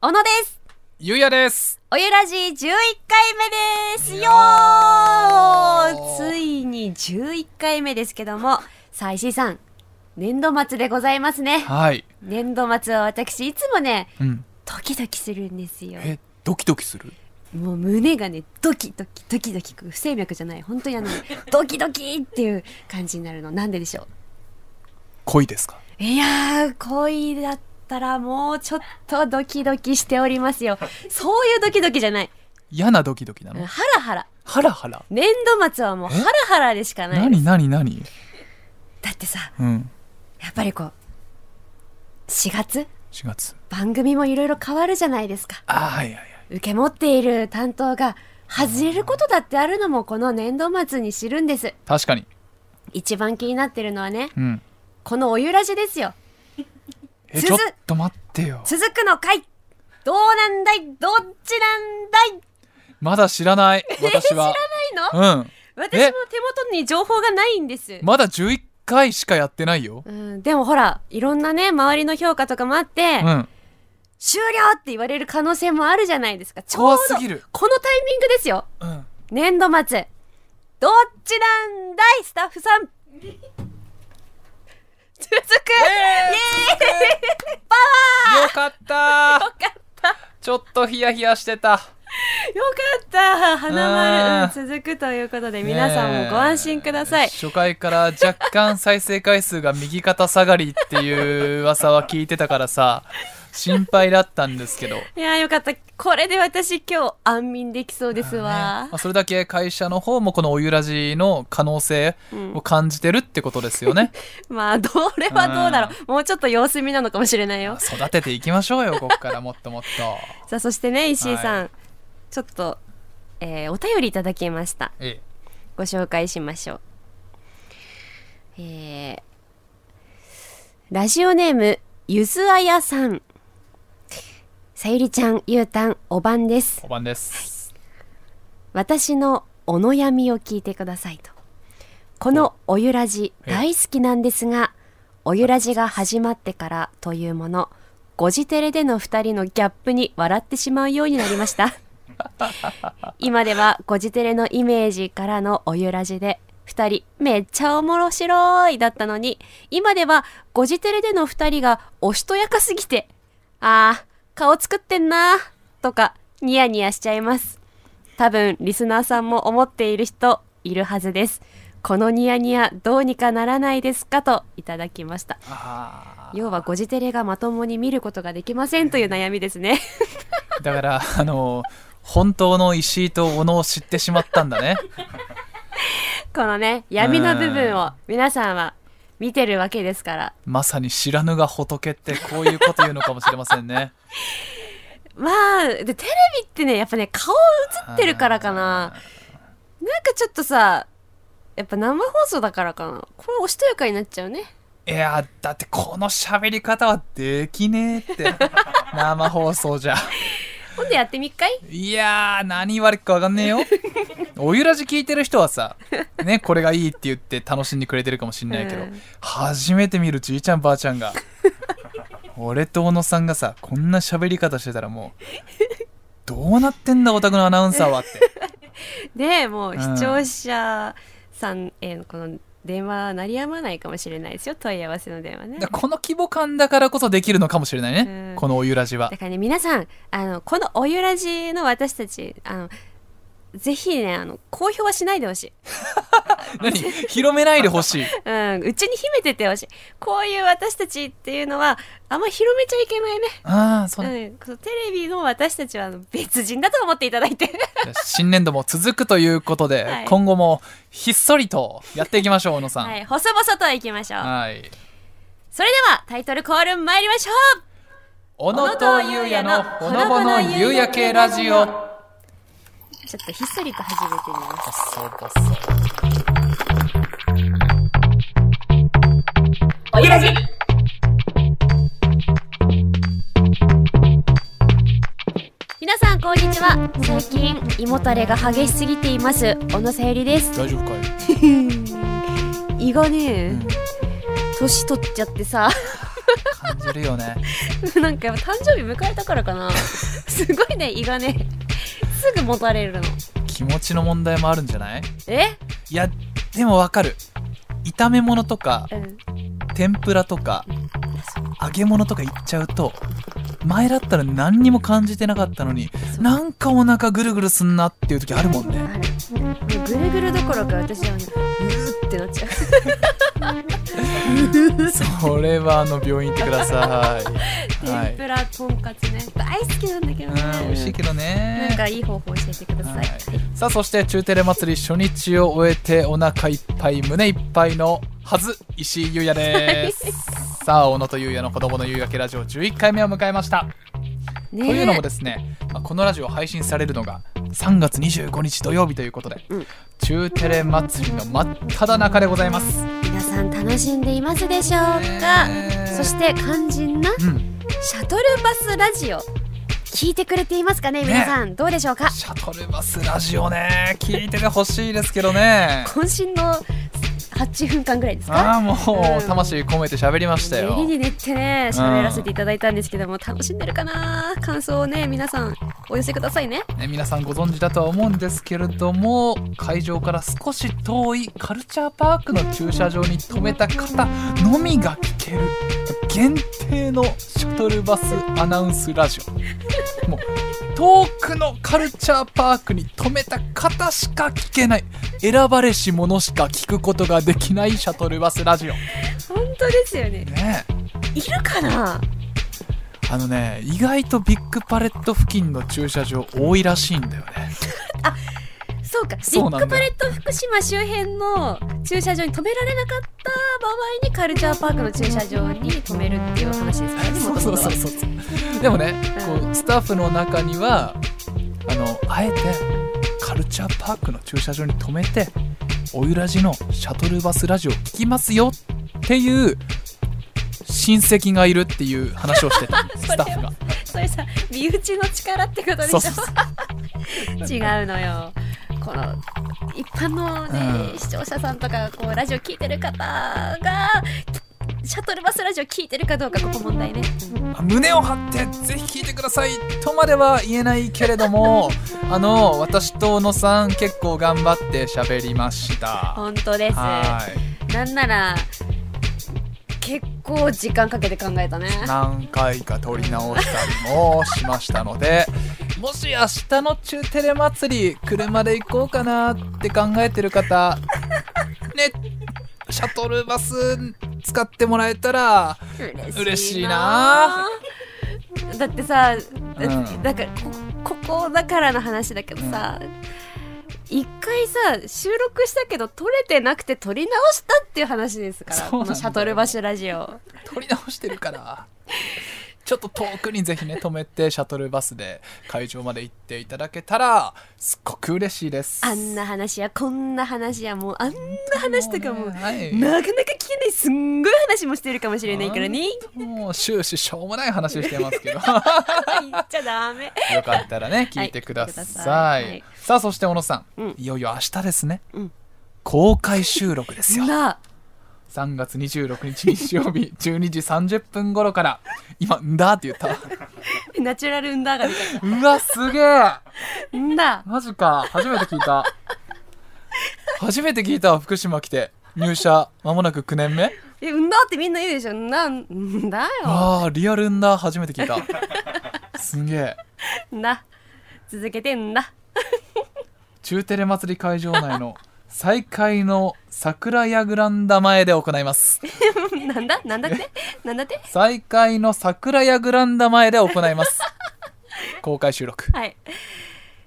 小野ですゆうやです。おゆらじ11回目ですいよやーーついに11回目ですけどもさあ石井さん年度末でございますねはい。年度末は私いつもねうん。ドキドキするんですよえ、ドキドキする。もう胸がねドキドキドキドキ不整脈じゃない本当にあ のドキドキっていう感じになるのなんででしょ恋ですか。ういやー恋だったらもうちょっとドキドキしておりますよそういうドキドキじゃない嫌なドキドキなの。ハラハラハラハラ。年度末はもうハラハラでしかないなになになに。だってさうん。やっぱりこう4月四月。番組もいろいろ変わるじゃないですかあー、はいはいはい。受け持っている担当が外れることだってあるのもこの年度末に知るんです確かに。一番気になってるのはねうん。このおゆらじですよえ、すずちょっと待ってよ。続くのかいどうなんだいどっちなんだいまだ知らない。私は。ないのうん。私も手元に情報がないんです、まだ十一回しかやってないよ。うん、でもほらいろんなね周りの評価とかもあって、うん。終了って言われる可能性もあるじゃないですか。ちょう怖ど、すぎるこのタイミングですよ。うん。年度末。どっちなんだいスタッフさん。続く、イエーイよかったよかった。ちょっとヒヤヒヤしてた。よかった。花あ丸、ーうん続くということで、皆さんもご安心くださいねえ。初回から若干再生回数が右肩下がりっていう噂は聞いてたからさ、心配だったんですけど。いやーよかった。これで私今日安眠できそうですわま。あそれだけ会社の方もこのおゆらじの可能性を感じてるってことです よね。まあ、どれはどうだろう。もうちょっと様子見なのかもしれないよ。育てていきましょうよ、こっからもっともっと。さあそしてね石井さん、はちょっと、えーお便りいただきましたえご紹介しましょうえーラジオネームゆずあやさんさゆりちゃんゆうたんおばんですえ、おばんです。私のお悩みを聞いてくださいとこのおゆらじえ大好きなんですがおゆらじが始まってからというものごジテレでの2人のギャップに笑ってしまうようになりました 今ではごジテレのイメージからのおゆらじで2人めっちゃおもろしろいだったのに今ではごジテレでの2人がおしとやかすぎてあー顔作ってんなーとかニヤニヤしちゃいます多分リスナーさんも思っている人いるはずですこのニヤニヤどうにかならないですかといただきましたあ要はごジテレがまともに見ることができませんという悩みですねーだから、あの、本当の石井と小野を知ってしまったんだね。 このね闇の部分を皆さんは見てるわけですからまさに知らぬが仏ってこういうこと言うのかもしれませんね。まあでテレビってねやっぱね顔映ってるからかななんかちょっとさやっぱ生放送だからかなこれおしとやかになっちゃうねいやーだってこの喋り方はできねえって。 生放送じゃ。今度やってみっかいいやー、何言われるかわかんねえよ。おゆらじ聞いてる人はさ、ね、これがいいって言って楽しんでくれてるかもしんないけど、うん初めて見るじいちゃんばあちゃんが、俺と小野さんがさ、こんな喋り方してたらもう、どうなってんだオタクのアナウンサーはって。でもううん視聴者さんへのこの電話は鳴りやまないかもしれないですよ問い合わせの電話ねだからこの規模感だからこそできるのかもしれないね、うんこのおゆらじはだ。からね皆さんあのこの「おゆらじ」の私たちあのぜひねあの公表はしないでほしい、何広めないでほしい。うん、うちに秘めててほしいこういう私たちっていうのはあんま広めちゃいけないねああ、そうねうん、このテレビの私たちはあの別人だと思っていただいて新年度も続くということで、はい今後もひっそりとやっていきましょう、小野さん。はい細々といきましょうはいそれではタイトルコール参りましょう小野野ととゆゆううややののほほののぼぼのの夕夕焼け焼けララジジオオちょっとひっそりと始めてみますおゆらじ皆さんこんにちは最近胃もたれが激しすぎています小野さゆりです大丈夫かい、胃がうねん、年取っちゃってさ 感じじるよねなんかやっぱ誕生日迎えたからかな すごいね胃がねすぐもたれるの気持ちの問題もあるんじゃないえいやでもわかる炒め物とかうん天ぷらとか揚げ物とかいっちゃうと前だったら何にも感じてなかったのにそうなんかお腹ぐるぐるすんなっていう時あるもんねあるもうぐるぐるどころか私はねうーってなっちゃうそれはあの病院行ってくだ さいは天いぷらとんかつね大好きなんだけどねうん美味しいけどねなんかいい方法教えてください、はいはいさあそして中テレ祭り初日を終えてお腹いっぱい胸いっぱいのはず石井優也ですさあ小野と優也の子供の夕焼けラジオ11回目を迎えましたねというのもですね、まあこのラジオ配信されるのが3月25日土曜日ということで、うん中テレ祭りの真っ只中でございます、皆さん楽しんでいますでしょうか、ねそして肝心なうん、シャトルバスラジオ聞いてくれていますかね皆さん、どうでしょうかシャトルバスラジオね聞いててほしいですけどね渾身の8分間ぐらいですあかあもううん魂込めて喋りましたよ練りに練ってね喋らせていただいたんですけども、楽しんでるかな感想をね皆さんお寄せくださいねね、皆さんご存知だとは思うんですけれども会場から少し遠いカルチャーパークの駐車場に停めた方のみが聞ける限定のシャトルバスアナウンスラジオもう遠くのカルチャーパークに停めた方しか聞けない選ばれし者しか聞くことができないシャトルバスラジオ本当ですよねねえいるかなあのね意外とビッグパレット付近の駐車場多いらしいんだよねそうかビそうッなんだよグパレット福島周辺の駐車場に止められなかった場合にカルチャーパークの駐車場に止めるっていう話ですからねそうそうそうそううでもねうんこうスタッフの中にはあのあえてカルチャーパークの駐車場に止めて「おゆらじのシャトルバスラジオ聞きますよ」っていう親戚がいるっていう話 をしてたスタッフがそれさ身内の力ってことでしそょうそうそう違うのよこの一般の、ねうん視聴者さんとかこうラジオ聞いてる方がシャトルバスラジオ聞いてるかどうかここ問題ね胸を張ってぜひ聞いてくださいとまでは言えないけれどもあの私と小野さん結構頑張って喋りました本当ですはいなんなら結構時間かけて考えたね何回か撮り直したりもしましたのでもし明日の中テレ祭り車で行こうかなって考えてる方ねシャトルバス使ってもらえたら嬉嬉ししいいななだってさ、んだからこここだからの話だけどさ、一回さ収録したけど撮れてなくて撮り直したっていう話ですからそうこなんだのよシャトルバスラジオ撮り直してるからちょっと遠くにぜひね止めてシャトルバスで会場まで行っていただけたらすっごく嬉しいですあんな話やこんな話やもうあんな話とかももうねはいなかなか聞けないすんごい話もしてるかもしれないからねもう終始しょうもない話してますけど言っちゃダメよかったらね聞いてください,、聞いてくださいはいさあそして小野さん、うんいよいよ明日ですね、うん公開収録ですよなあ3月26日日曜日 12時30分頃から今「んだ」って言ったナチュラルンダーが出てきうわすげえたんだマジか初めて聞いた初めて聞いたわ福島来て入社間もなく9年目えんだってみんな言うでしょなんんだよあーリアルんだ初めて聞いたすげえんだ続けてんだ 中テレ祭り会場内の再開の桜屋グランダ前で行いますなんだなんだ ってなんだって再開の桜屋グランダ前で行い ます公開収録はい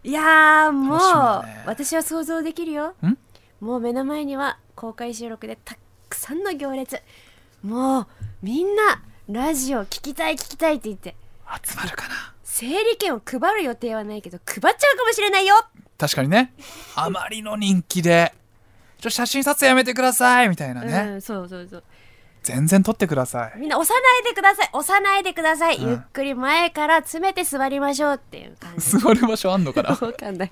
いやーもう楽しみだね私は想像できるよんもう目の前には公開収録でたくさんの行列もうみんなラジオ聞きたい聞きたいって言って集まるかな整理券を配る予定はないけど配っちゃうかもしれないよ確かにねあまりの人気でちょ写真撮影やめてくださいみたいなね、うんそうそうそう全然撮ってくださいみんな押さないでください押さないでください、うんゆっくり前から詰めて座りましょうっていう感じ座る場所あんのか なわかんない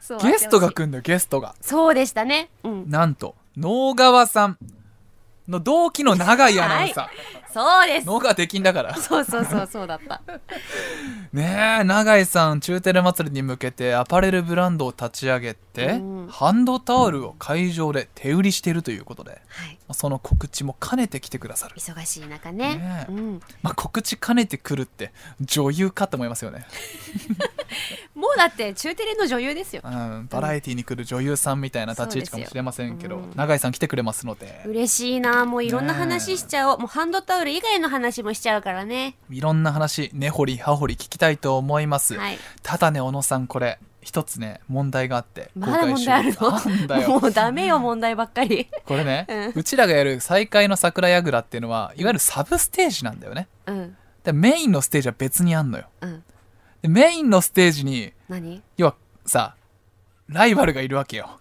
そうゲストがあってほしい来んだよゲストがそうでしたねうんなんと能川さんの同期の永井アナウンサそうでーすのができんだからそうそうそうそうだったねえ永井さん中テレ祭りに向けてアパレルブランドを立ち上げて、うんハンドタオルを会場で手売りしているということではいその告知も兼ねてきてくださる、忙しい中ねねえうん、まあ、告知兼ねてくるって女優かと思いますよね、もうだって中テレの女優ですようん、バラエティーに来る女優さんみたいな立ち位置かもしれませんけど、そうですようん永井さん来てくれますので嬉しいなもういろんな話しちゃおう、もうハンドタオル以外の話もしちゃうからねいろんな話根掘り葉掘り聞きたいと思います、はいただね小野さんこれ一つね問題があってまだ問題ある公開収録なんだのよもうダメよ問題ばっか りこれね、ううんちらがやる再開の桜櫓っていうのはいわゆるサブステージなんだよねうんでメインのステージは別にあんのようんでメインのステージに何要はさライバルがいるわけよ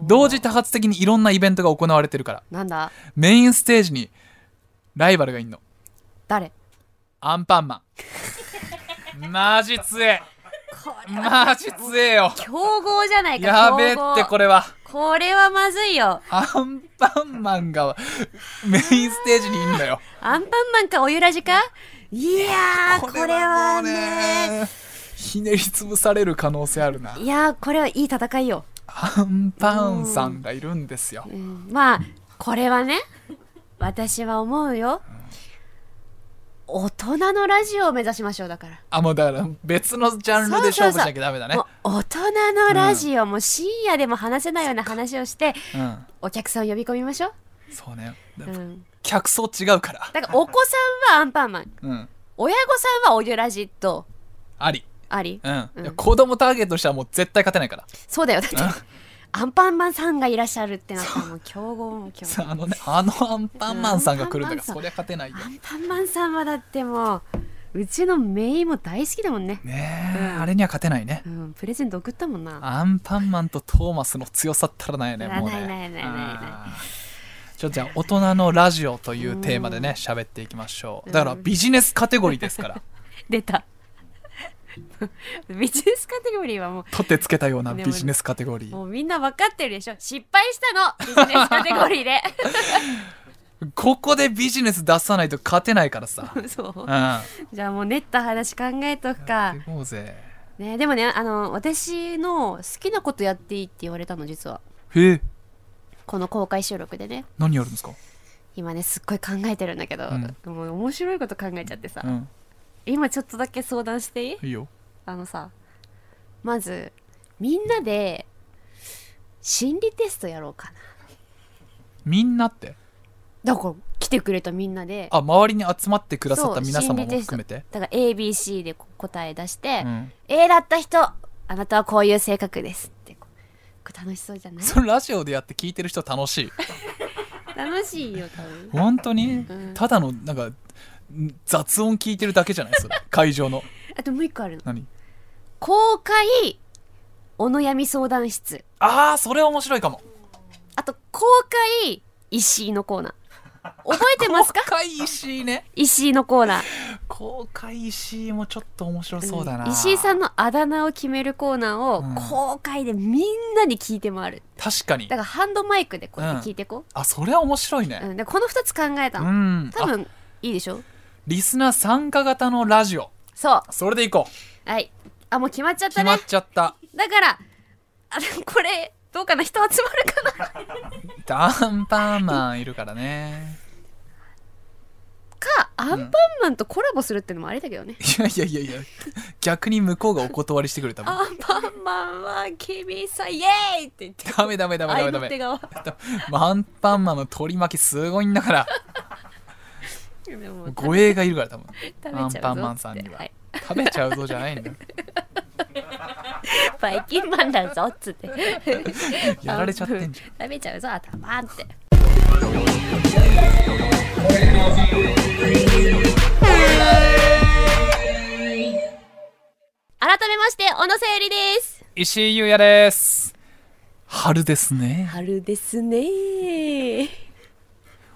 同時多発的にいろんなイベントが行われてるからなんだメインステージにライバルがいんの誰アンパンマンマジ強えこれマジ強えよ競合じゃないかやべえって競合これはこれはまずいよアンパンマンがメインステージにいんのよアンパンマンかおゆらじかいやーこれはもうねひねり潰される可能性あるないやーこれはいい戦いよ、アンパンさんがいるんですようん、まあこれはね私は思うよ大人のラジオを目指しましょうだからあもうだから別のジャンルで勝負しなきゃダメだねもう大人のラジオ、もう深夜でも話せないような話をしてうんお客さんを呼び込みましょそうねう、うん、客層違うからだからお子さんはアンパンマンうん親御さんはおゆらじとありありうんうんいや子供ターゲットとしてはもう絶対勝てないからそうだよだってうんアンパンマンさんがいらっしゃるってなったらもう競合も競合さあのねあのアンパンマンさんが来るんだからうんそりゃ勝てないよアンパンマンさんはだってもううちのメイも大好きだもんね、ねえうんあれには勝てないねうん、プレゼント送ったもんなアンパンマンとトーマスの強さったらないよねないもうねないないないないないあーちょっとじゃあ大人のラジオというテーマでね喋っていきましょうだからビジネスカテゴリーです から出たビジネスカテゴリーはも取ってつけたようなビジネスカテゴリうーもうみんな分かってるでしょ失敗したのビジネスカテゴリーでここでビジネス出さないと勝てないからさ そううじゃあもう練った話考えとくかん、行こうぜね、でもねあの私の好きなことやっていいって言われたの実はへえこの公開収録でね何やるんですか、今ねすっごい考えてるんだけど、もう面白いこと考えちゃってさ、うん、今ちょっとだけ相談していいいいよあのさまずみんなで心理テストやろうかみんなってなだから来てくれたみんなであ周りに集まってくださった皆そう心理様もテスト含めてだから ABC でこう答え出して、うん A だった人あなたはこういう性格ですってこうこれ楽しそうじゃないそれラジオでやって聞いてる人楽しい楽しいよ多分本当に、うんただのなんか雑音聞いてるだけじゃない それ会場のあともう一個あるの何公開お悩み相談室ああそれ面白いかもあと公開石井のコーナー覚えて ますか公開石井ね石井のコーナー公開石井もちょっと面白そうだな、ん石井さんんのあだ名を決めるコーナうんーを公開でみんなに聞いて回る確かにだからハンドマイクでこうやって聞いてこ、あそれは面白いううねんでこの2つ考えたうのん、多あ分いいでしょリスナー参加型のラジオそそれでいこううはいあもう決まっちゃった決ねまっちゃっただからあでもこれどうかな人集まるかなアンパンマンいるからねかアンパンマンとコラボするってのもあれだけどね、いやいやいやいや逆に向こうがお断りしてくれたもんアンパンマンは君さイエーイって言ってダメダメダメダメ愛ダの手メ側アンパンマンの取り巻きすごいんだからでも食護衛がいるから多分べちゃアうンぞパンマンさんには、はい食べちゃうぞじ ゃないんだバイキンマンだぞっつってやられちゃってんじゃん食べちゃうぞ頭って改めまして小野さゆりです石井優也です春ですね春ですね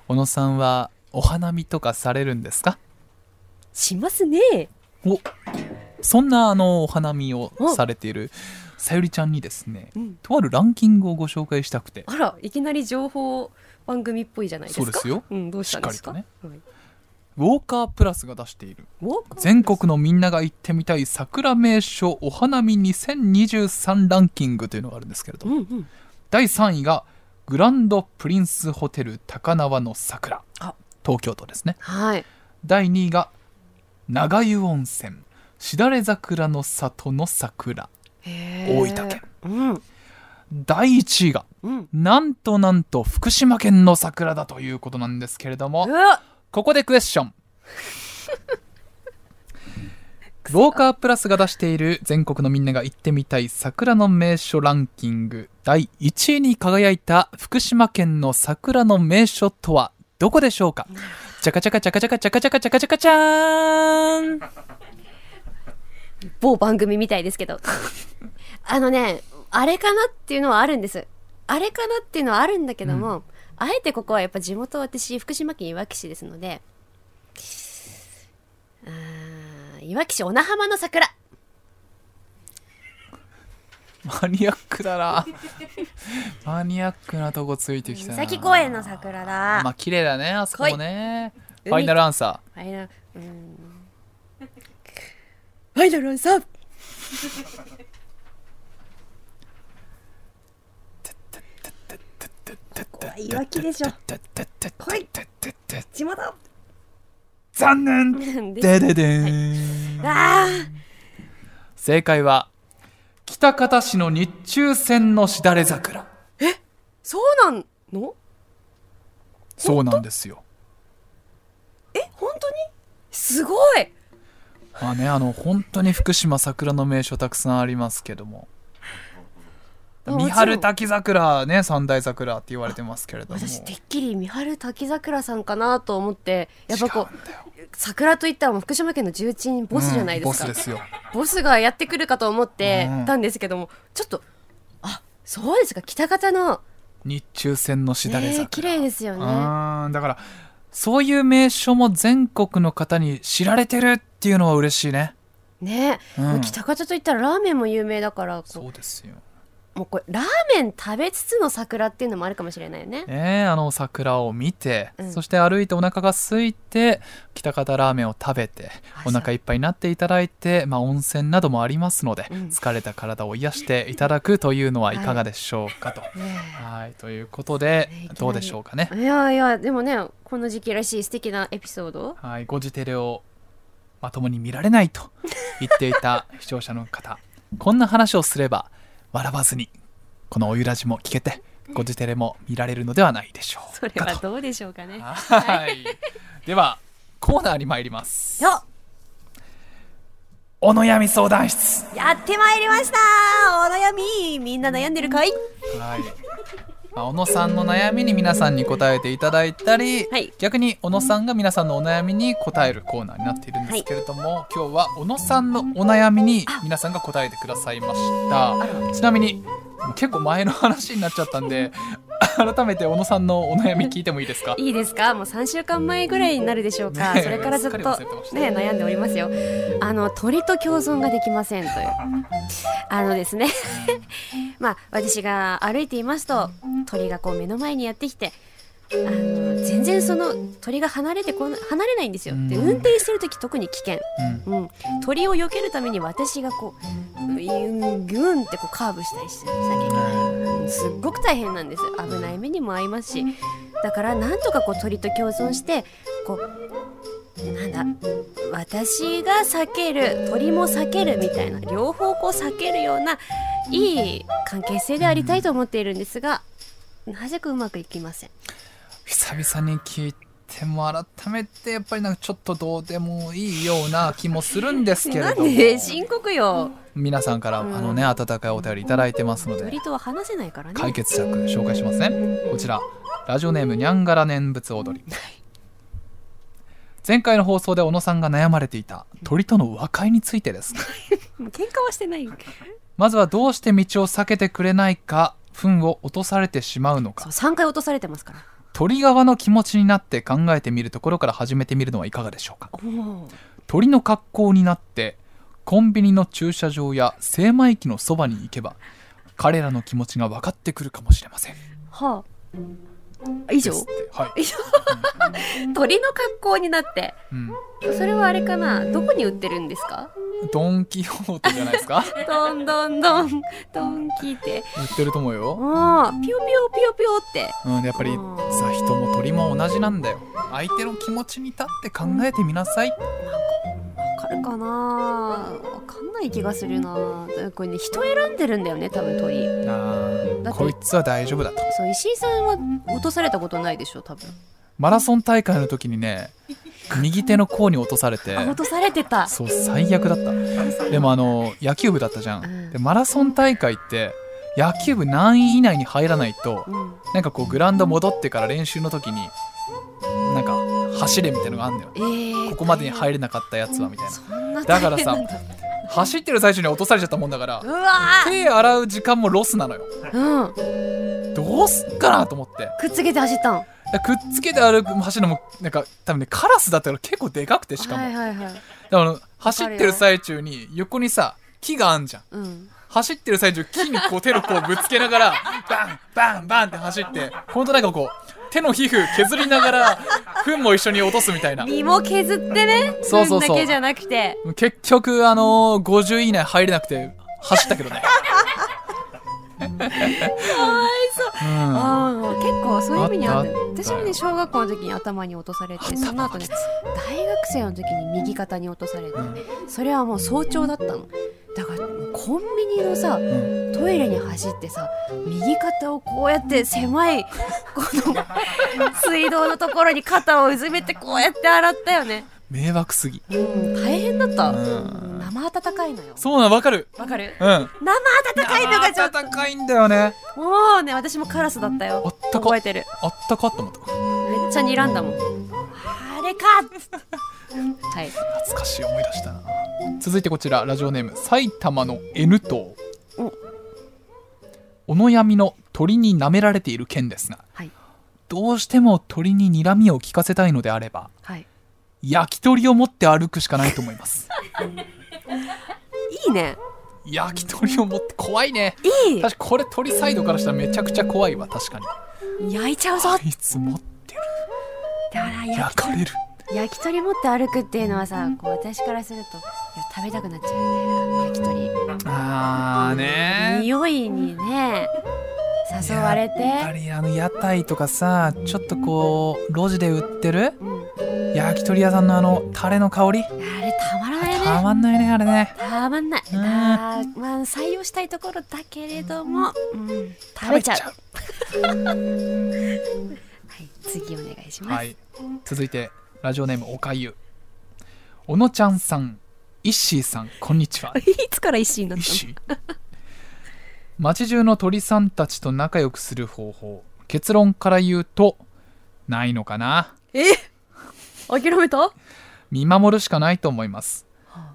小野さんはお花見とかされるんですかしますねおそんなあのお花見をおされているさゆりちゃんにですね、うんとあるランキングをご紹介したくてあらいきなり情報番組っぽいじゃないですそかうですようん、どうしたんですかしっかはいウォーカープラスが出しているウォーカー全国のみんなが行ってみたい桜名所お花見2023ランキングというのがあるんですけれどうんうん第3位がグランドプリンスホテル高輪の桜あ東京都ですねはい第2位が長湯温泉しだれ桜の里の桜大大分県うん第1位がうんなんとなんと福島県の桜だということなんですけれどもうわここでクエスチョンウォーカープラスが出している全国のみんなが行ってみたい桜の名所ランキング第1位に輝いた福島県の桜の名所とはどこでしょうかチャカチャカチャカチャカチャカチャカチャカチャカチャーン某番組みたいですけどあのねあれかなっていうのはあるんですあれかなっていうのはあるんだけども、あえてここはやっぱ地元私福島県いわき市ですのであーいわき市小名浜の桜マニアックだなマニアックなとこついてきたな三崎公園の桜だ、まあ綺麗だねあそこもね来いファイナルアンサあれなうんファイナルアンサーーいわきでしょ来い地元残念 ででででーんあ正解は喜多方市の日中線のしだれ桜そうなんのそうなんですよえ本当にすごいまあねあの本当に福島桜の名所たくさんありますけどもあ三春滝桜ね三大桜って言われてますけれども私てっきり三春滝桜さんかなと思ってやっぱこ違うんだよう桜といったらもう福島県の重鎮ボスじゃないですか、うんボボスでスすよがやってくるかと思ってうんたんですけども、ちょっとあそうですか北方の日中線のしだれね桜、え綺麗ですよねうんだからそういう名所も全国の方に知られてるっていうのは嬉しいね、ねえ、うん、北方といったらラーメンも有名だからこうそうですよもうこれラーメン食べつつの桜っていうのもあるかもしれないよねねえあの桜を見て、うんそして歩いてお腹が空いて喜多方ラーメンを食べてあお腹いっぱいになっていただいて、まあ、温泉などもありますので、うん疲れた体を癒していただくというのはいかがでしょうかと。はいねということでねえいきなりどうでしょうかねえ、いやいやでもねこの時期らしい素敵なエピソードはい、ご自テレをまともに見られないと言ってい た視聴者の方こんな話をすれば笑わずにこのおゆらじも聞けてご自テレも見られるのではないでしょうそれかとはどうでしょうかねはい。では、コーナーに参ります。よっお悩み相談室。やってまいりましたお悩みみんな悩んでるかいはい。まあ小野さんの悩みに皆さんに答えていただいたり、はい逆に小野さんが皆さんのお悩みに答えるコーナーになっているんですけれども、今日は小野さんのお悩みに皆さんが答えてくださいましたちなみに結構前の話になっちゃったんで改めて小野さんのお悩み聞いてもいいですかいいですかもう3週間前ぐらいになるでしょうか、ねえそれからずっとすっかり忘れてましたね悩んでおりますよあの鳥と共存ができませんというあのですね まあ私が歩いていますと鳥がこう目の前にやってきてあの全然その鳥が離れてこな離れないんですよでうん運転してる時特に危険うんうん、鳥を避けるために私がこうギュンギュンってこうカーブしたりしてる先に、うんすっごく大変なんです危ない目にも合いますしだからなんとかこう鳥と共存してこうなんだ私が避ける鳥も避けるみたいな両方こう避けるようないい関係性でありたいと思っているんですがなぜかうまくいきません。久々に聞いても改めてやっぱりなんかちょっとどうでもいいような気もするんですけれな どんもで深刻よ皆さんからあうんのね温かいお便りいただいてますので鳥とは話せないからね。解決策紹介しますねこちらラジオネームにゃんがら念仏踊り前回の放送で小野さんが悩まれていた鳥との和解についてです喧嘩はしてない。まずはどうして道を避けてくれないか糞を落とされてしまうのかそう3回落とされてますから。鳥側の気持ちになって考えてみるところから始めてみるのはいかがでしょうか鳥の格好になってコンビニの駐車場や精米機のそばに行けば彼らの気持ちが分かってくるかもしれませんは以で上すってはい、鳥の格好になってうん、それはあれかなどこに売ってるんですかドン・キホーテじゃないで すかどんどんどんどん聞いて売ってると思うよ、もうピヨピヨピヨピヨってうん、やっぱりさ人も鳥も同じなんだよ相手の気持ちに立って考えてみなさいわかるかなわかんない気がするなこれね人選んでるんだよね多分鳥あーだってこいつは大丈夫だとそう石井さんは落とされたことないでしょ多分マラソン大会の時 にね右手の甲に落とされてあ落とされてたそう最悪だったでもあの野球部だったじゃん、うんでマラソン大会って野球部何位以内に入らないとうんなんかこうグラウンド戻ってから練習の時になんか走れみたいなのがあんだよえーここまでに入れなかったやつはみたいなそんなだからさ大変なんだ走ってる最中に落とされちゃったもんだからうわ手洗う時間もロスなのよーうんどうすっかなと思ってくっつけて走ったんだからくっつけて歩く走るのもなんか多分ねカラスだったから結構でかくてしかも、はいはいはいだからあの走ってる最中に横にさ木があんじゃんうん走ってる最中木にこう手の甲をぶつけながらバンバンバンって走ってほんとなんかこう手の皮膚削りながら糞も一緒に落とすみたいな身も削ってねそうそうそう糞だけじゃなくて結局あのー、50位以内入れなくて走ったけどねかわいそううんああ結構そういう意味にあるあったあった私もね小学校の時に頭に落とされてその後ね大学生の時に右肩に落とされてそれはもう早朝だったのだからもうコンビニのさうんトイレに走ってさ右肩をこうやって狭いこの水道のところに肩をうずめてこうやって洗ったよね迷惑すぎうん大変だったうん生温かいのよそうなのわかるわかるうん生温かいのがちょっと高いんだよねもうね私もカラスだったあよったか覚いえてるあったかと思っためっちゃ睨んだもんあれかはい懐かしい思い出したな続いてこちらラジオネーム埼玉の N 党おお悩みの鳥に舐められている件ですが、はいどうしても鳥に睨みを聞かせたいのであればはい焼き鳥を持って歩くしかないと思います いいね焼き鳥を持って怖いねいい確かこれ鳥サイドからしたらめちゃくちゃ怖いわ確かに焼いちゃうぞあだいつ持ってるから焼焼かれる焼き鳥持って歩くっていうのはさこう私からするといや食べたくなっちゃうよね焼き鳥あーね匂いにね誘われてやっぱりあの屋台とかさちょっとこう路地で売ってるうん焼き鳥屋さんのあのタレの香りあれたまらないたねまんないねあれねたまんないうんまあまあ採用したいところだけれども、うん、食べちゃうは食い次お願いしべちゃまうす、はい続いてラジオネームおかゆおのちゃんさんイッシーさんこんにちはイ いつから一心になッシー街中の鳥さんたちと仲良くする方法結論から言うとないのかなえ諦めた見守るしかないと思いますはあ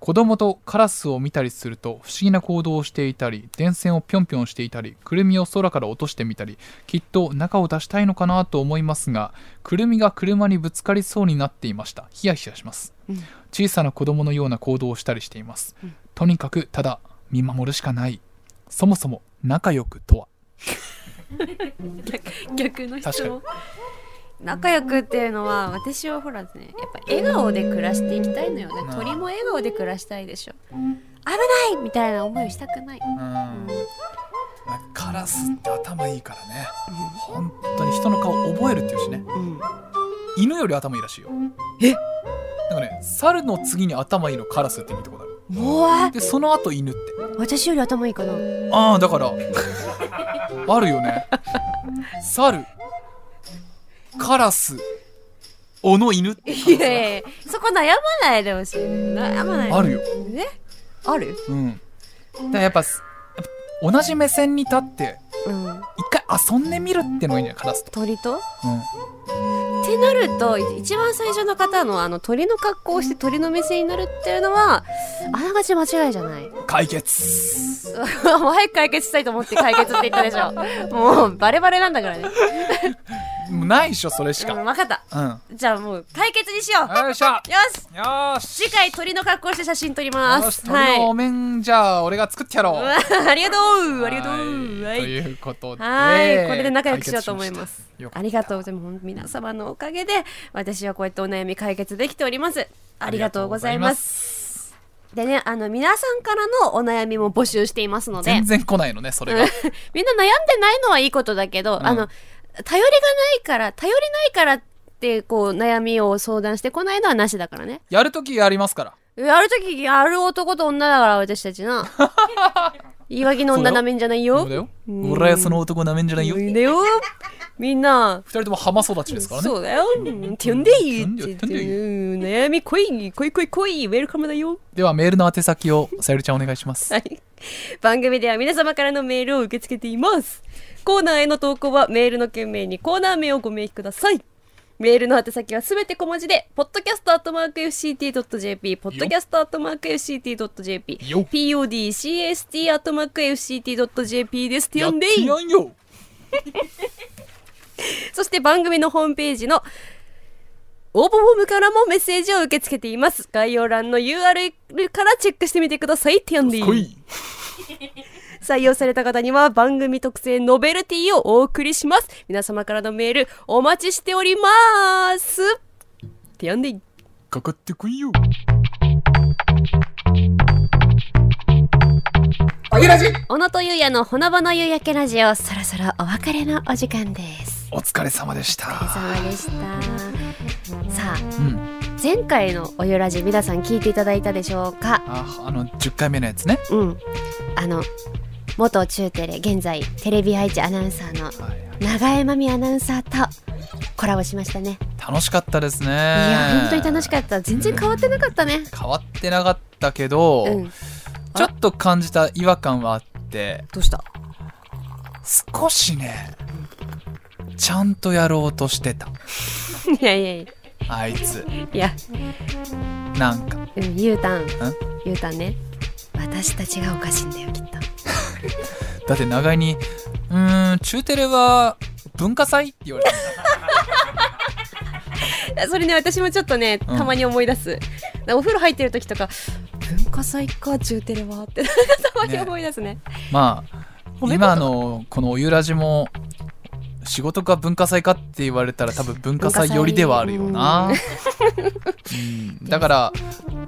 子供とカラスを見たりすると不思議な行動をしていたり電線をぴょんぴょんしていたりくるみを空から落としてみたりきっと中を出したいのかなと思いますがくるみが車にぶつかりそうになっていましたヒヤヒヤします、うん小さな子供のような行動をしたりしています、うんとにかくただ見守るしかないそもそも仲良くとは逆 の質確問仲良くっていうのは私はほらねやっぱ笑顔で暮らしていきたいのよねうん鳥も笑顔で暮らしたいでしょ危ないみたいな思いをしたくない、カラスって頭いいからね本当に人の顔覚えるっていうしねうんうん、犬より頭いいらしいよえなんかね猿の次に頭いいのカラスって見たことあるもうあでその後犬って私より頭いいかなああだから あるよね猿カラスおの犬っていやいや そこ悩まないでほしい悩まないあるよねあるうんだからやっぱすやっぱ同じ目線に立ってうん一回遊んでみるってのがいいんじゃないカラスと、鳥とっうん、てなるとい一番最初の方のあの鳥の格好をして鳥の目線になるっていうのはあながち間違いじゃない解決 もう早く解決したいと思って解決って言ったでしょもうバレバレなんだからねもうないっしょそれしうん、か分かったうんよじゃあもう対決にしようっしよしゃよーし次回鳥の格好して写真撮りまよしす鳥のおはい面じゃあ俺が作ってやろううわありがとうありがとうははいといいうことではいこれで仲良くしようと思います解決ししたよかあっりがとうございます皆様のおかげで私はこうやってお悩み解決できておりますありがとうございますでねあの皆さんからのお悩みも募集していますのたで全然来ないのねそれが みんな悩んでないのはいいことだけど、んあの頼りがないから頼りないからってこう悩みを相談してこないのはなしだからねやるときやりますからやるときやる男と女だから私たちな 言い訳の女なめんじゃないそようだよ俺はその男なめんじゃないよいいんだよみんな二人とも浜育ちですからねそうだよ。うんって呼んでいいうんって言っ呼んでていいうん悩み来い、来い来い来い、ウェルカムだよ。ではメールの宛先をさゆりちゃんお願いしますはい。番組では皆様からのメールを受け付けています。コーナーへの投稿はメールの件名にコーナー名をご明記ください。メールの宛先はすべて小文字で、podcast.fct.jp、podcast.fct.jp、よ podcast.fct.jp です。って呼んでいいやってやんよそして番組のホームページの応募フォームからもメッセージを受け付けています。概要欄の URL からチェックしてみてください。ティアンデ来ィ。い採用された方には番組特製ノベルティをお送りします。皆様からのメールお待ちしております。ティアンディ。かかってこいよおゆらじ小野とゆうやのほのぼの夕焼けラジオ、そろそろお別れのお時間です。お疲れ様でしたお疲れ様でした。さあ、うん前回のおゆらじ皆さん聞いていただいたでしょうかああの10回目のやつねうん、あの元中テレ現在テレビ愛知アナウンサーのはいはい永江真美アナウンサーとコラボしましたね、楽しかったですねいいや本当に楽しかった全然変わってなかったね変わってなかったけど、うんちょっと感じた違和感はあってどうした少しねちゃんとやろうとしてた いやいやいあいつやいや、なんかうん、ゆうたんゆうたんね私たちがおかしいんだよきっとだって長いに「うーん中テレは文化祭?」って言われたん だそれね私もちょっとねうんたまに思い出す、お風呂入ってる時とか文化祭か中テレはって たまに思い出すねま褒あめ言今のこのおゆらじも仕事か文化祭かって言われたら多分文化祭寄りではあるよな、うんだから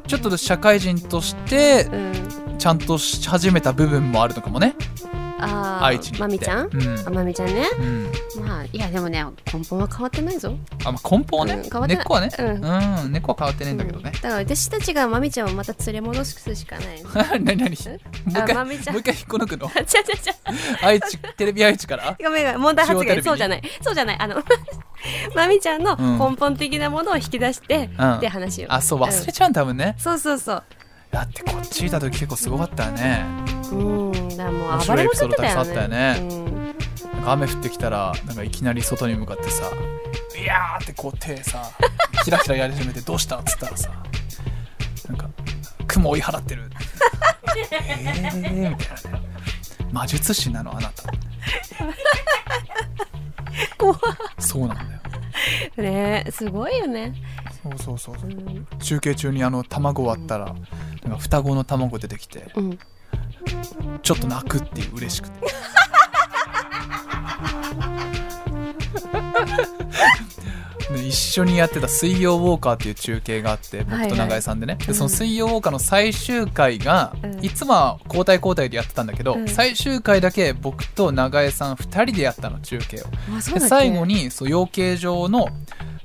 ちょっと社会人としてうんちゃんとし始めた部分もあるのかもねあー愛知に行まってみちゃんうんあまみちゃんねうんまあいやでもね根本は変わってないぞあまあ、根本はね、うん変わってない根っこはね、ううん、根っこは変わってねえんだけどうんねだ。から私たちがまみちゃんをまた連れ戻すしかない何何もう一回、まもうみ一ちゃん回引っこ抜くの ちゃちゃちゃ 愛知、テレビ愛知からごめんごめん問題発中央テ言レビにそうじゃないそうじゃないあの まみちゃんのうん根本的なものを引き出して、うんって話をあ、そう、忘れちゃうんだもんね。そうそうそうだってこっちいた時結構すごかったよね。うんだからも面う暴白れいエまピくソっーてドたよたくさんあねったようんなんか雨降ってきたら、なんかいきなり外に向かってさ、いやーってこう手さ、 ひらひらやり始めて、どうしたっつったらさ、なんか、雲追い払ってる。えー、みたいなね。魔術師なの、あなた。怖そうなんだよ。ねえすごいよね、そうそうそうそうう。ん中継中にあの卵割ったらなんか双子の卵出てきてうん、ちょっと泣くっていう嬉 しくてで一緒にやってた「水曜ウォーカー」っていう中継があって僕と永江さんでね、でその「水曜ウォーカー」の最終回が、うんいつもは交代交代でやってたんだけど、うん最終回だけ僕と永江さん2人でやったの中継を。あそうでだっけ最後にそう養鶏場の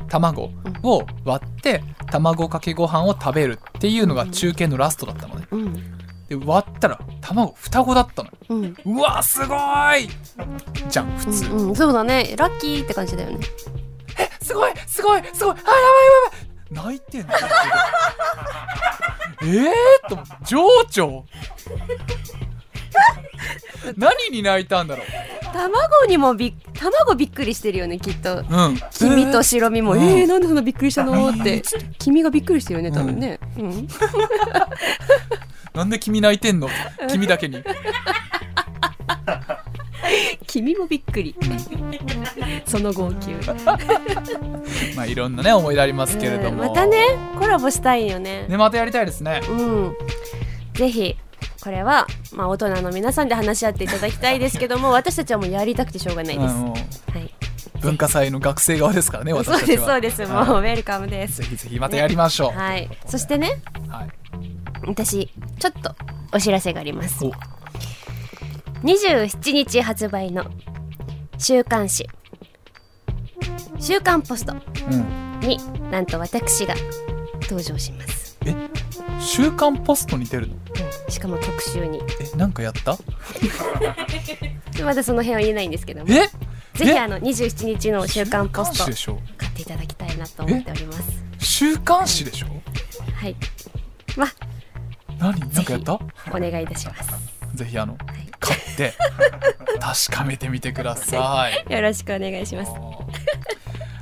卵を割って卵かけご飯を食べるっていうのが中継のラストだったのねうんで割ったら卵双子だったのようんうわすごいじゃん普う通、んうん、そうだねラッキーって感じだよねすごいすごいすごいあやばいやばいやばい泣いてんのえーっと 情緒何に泣いたんだろう卵にもびっ卵びっくりしてるよねきっとうん黄身と白身も、うんえー、なんでそんなびっくりしたのっうてん黄身がびっくりしてるよね多分ね、うんなんで君泣いてんの君だけに君もびっくりその号泣まあいろんなね思い出ありますけれども、うんまたねコラボしたいよねねまたやりたいですねうんぜひこれは、まあ、大人の皆さんで話し合っていただきたいですけ ども私たちはもうやりたくてしょうがないです、あのはい、文化祭の学生側ですからねそう私たでちすはそうですもうウはェルカムでいすぜひぜひまたやりましょう、はいそしてねはい、私ちょっとお知らせがありますお27日発売の週刊誌「週刊ポストうん」になんと私が登場します、週刊ポストに出るのうんしかも特集にえなんかやったまだその辺は言えないんですけどもえぜひえあの27日の「週刊ポス週ト刊誌で」しょ買っていただきたいなと思っております週刊誌でしょはいまあ何なんかやったお願いいたしますぜひあのい買って 確かめてみてくださいよろしくお願いします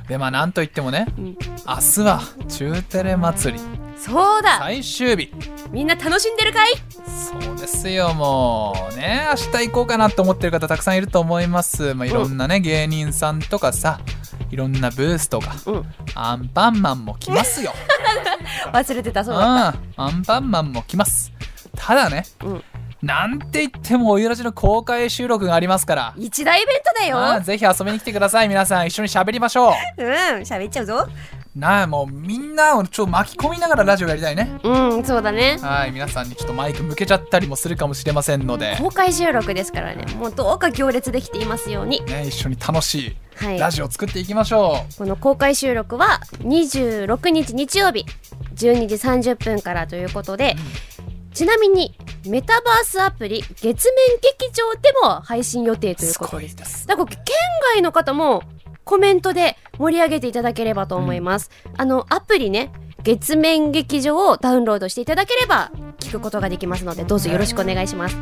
でまあなんといってもね、うん明日は中テレ祭りそうだ最終日みんな楽しんでるかいそうですよもうね明日行こうかなと思ってる方たくさんいると思います、まあ、いろんなね、芸人さんとかさいろんなブースとかうんアンパンマンも来ます よ、忘れてたうそん、うだアンパンマンも来ますただね、うんなんて言ってもおゆらじの公開収録がありますから一大イベントだよああぜひ遊びに来てください皆さん一緒に喋りましょううん喋っちゃうぞなあもうみんなをちょっと巻き込みながらラジオやりたいねうんそうだねはい皆さんにちょっとマイク向けちゃったりもするかもしれませんので、公開収録ですからねもうどうか行列できていますようにね、一緒に楽しはいいラジオを作っていきましょこの公開収録は26日日曜日12時30分からということで、ちなみにメタバースアプリ月面劇場でも配信予定うというすことごでいですだから県外の方もコメントで盛り上げていただければと思います、あのアプリね月面劇場をダウンロードしていただければ聞くことができますのでどうぞよろしくお願いします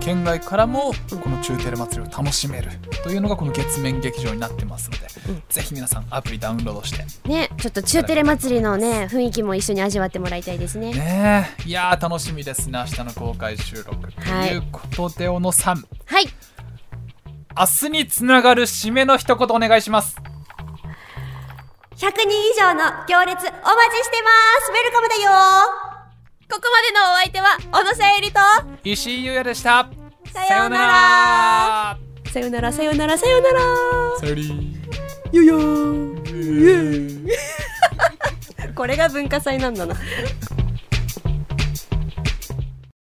県外からもこの中テレ祭りを楽しめるというのがこの月面劇場になってますので、うんぜひ皆さんアプリダウンロードしてねちょっと中テレ祭りのね雰囲気も一緒に味わってもらいたいですねねえいやー楽しみですね明日の公開収録、はいということで小野さんはい明日につながる締めの一言お願いします100人以上の行列お待ちしてますウェルカムだよここまでのお相手は小野さゆりと石井優也でしたさようなららさよならさよならさよならさよりよよーこれが文化祭なんだな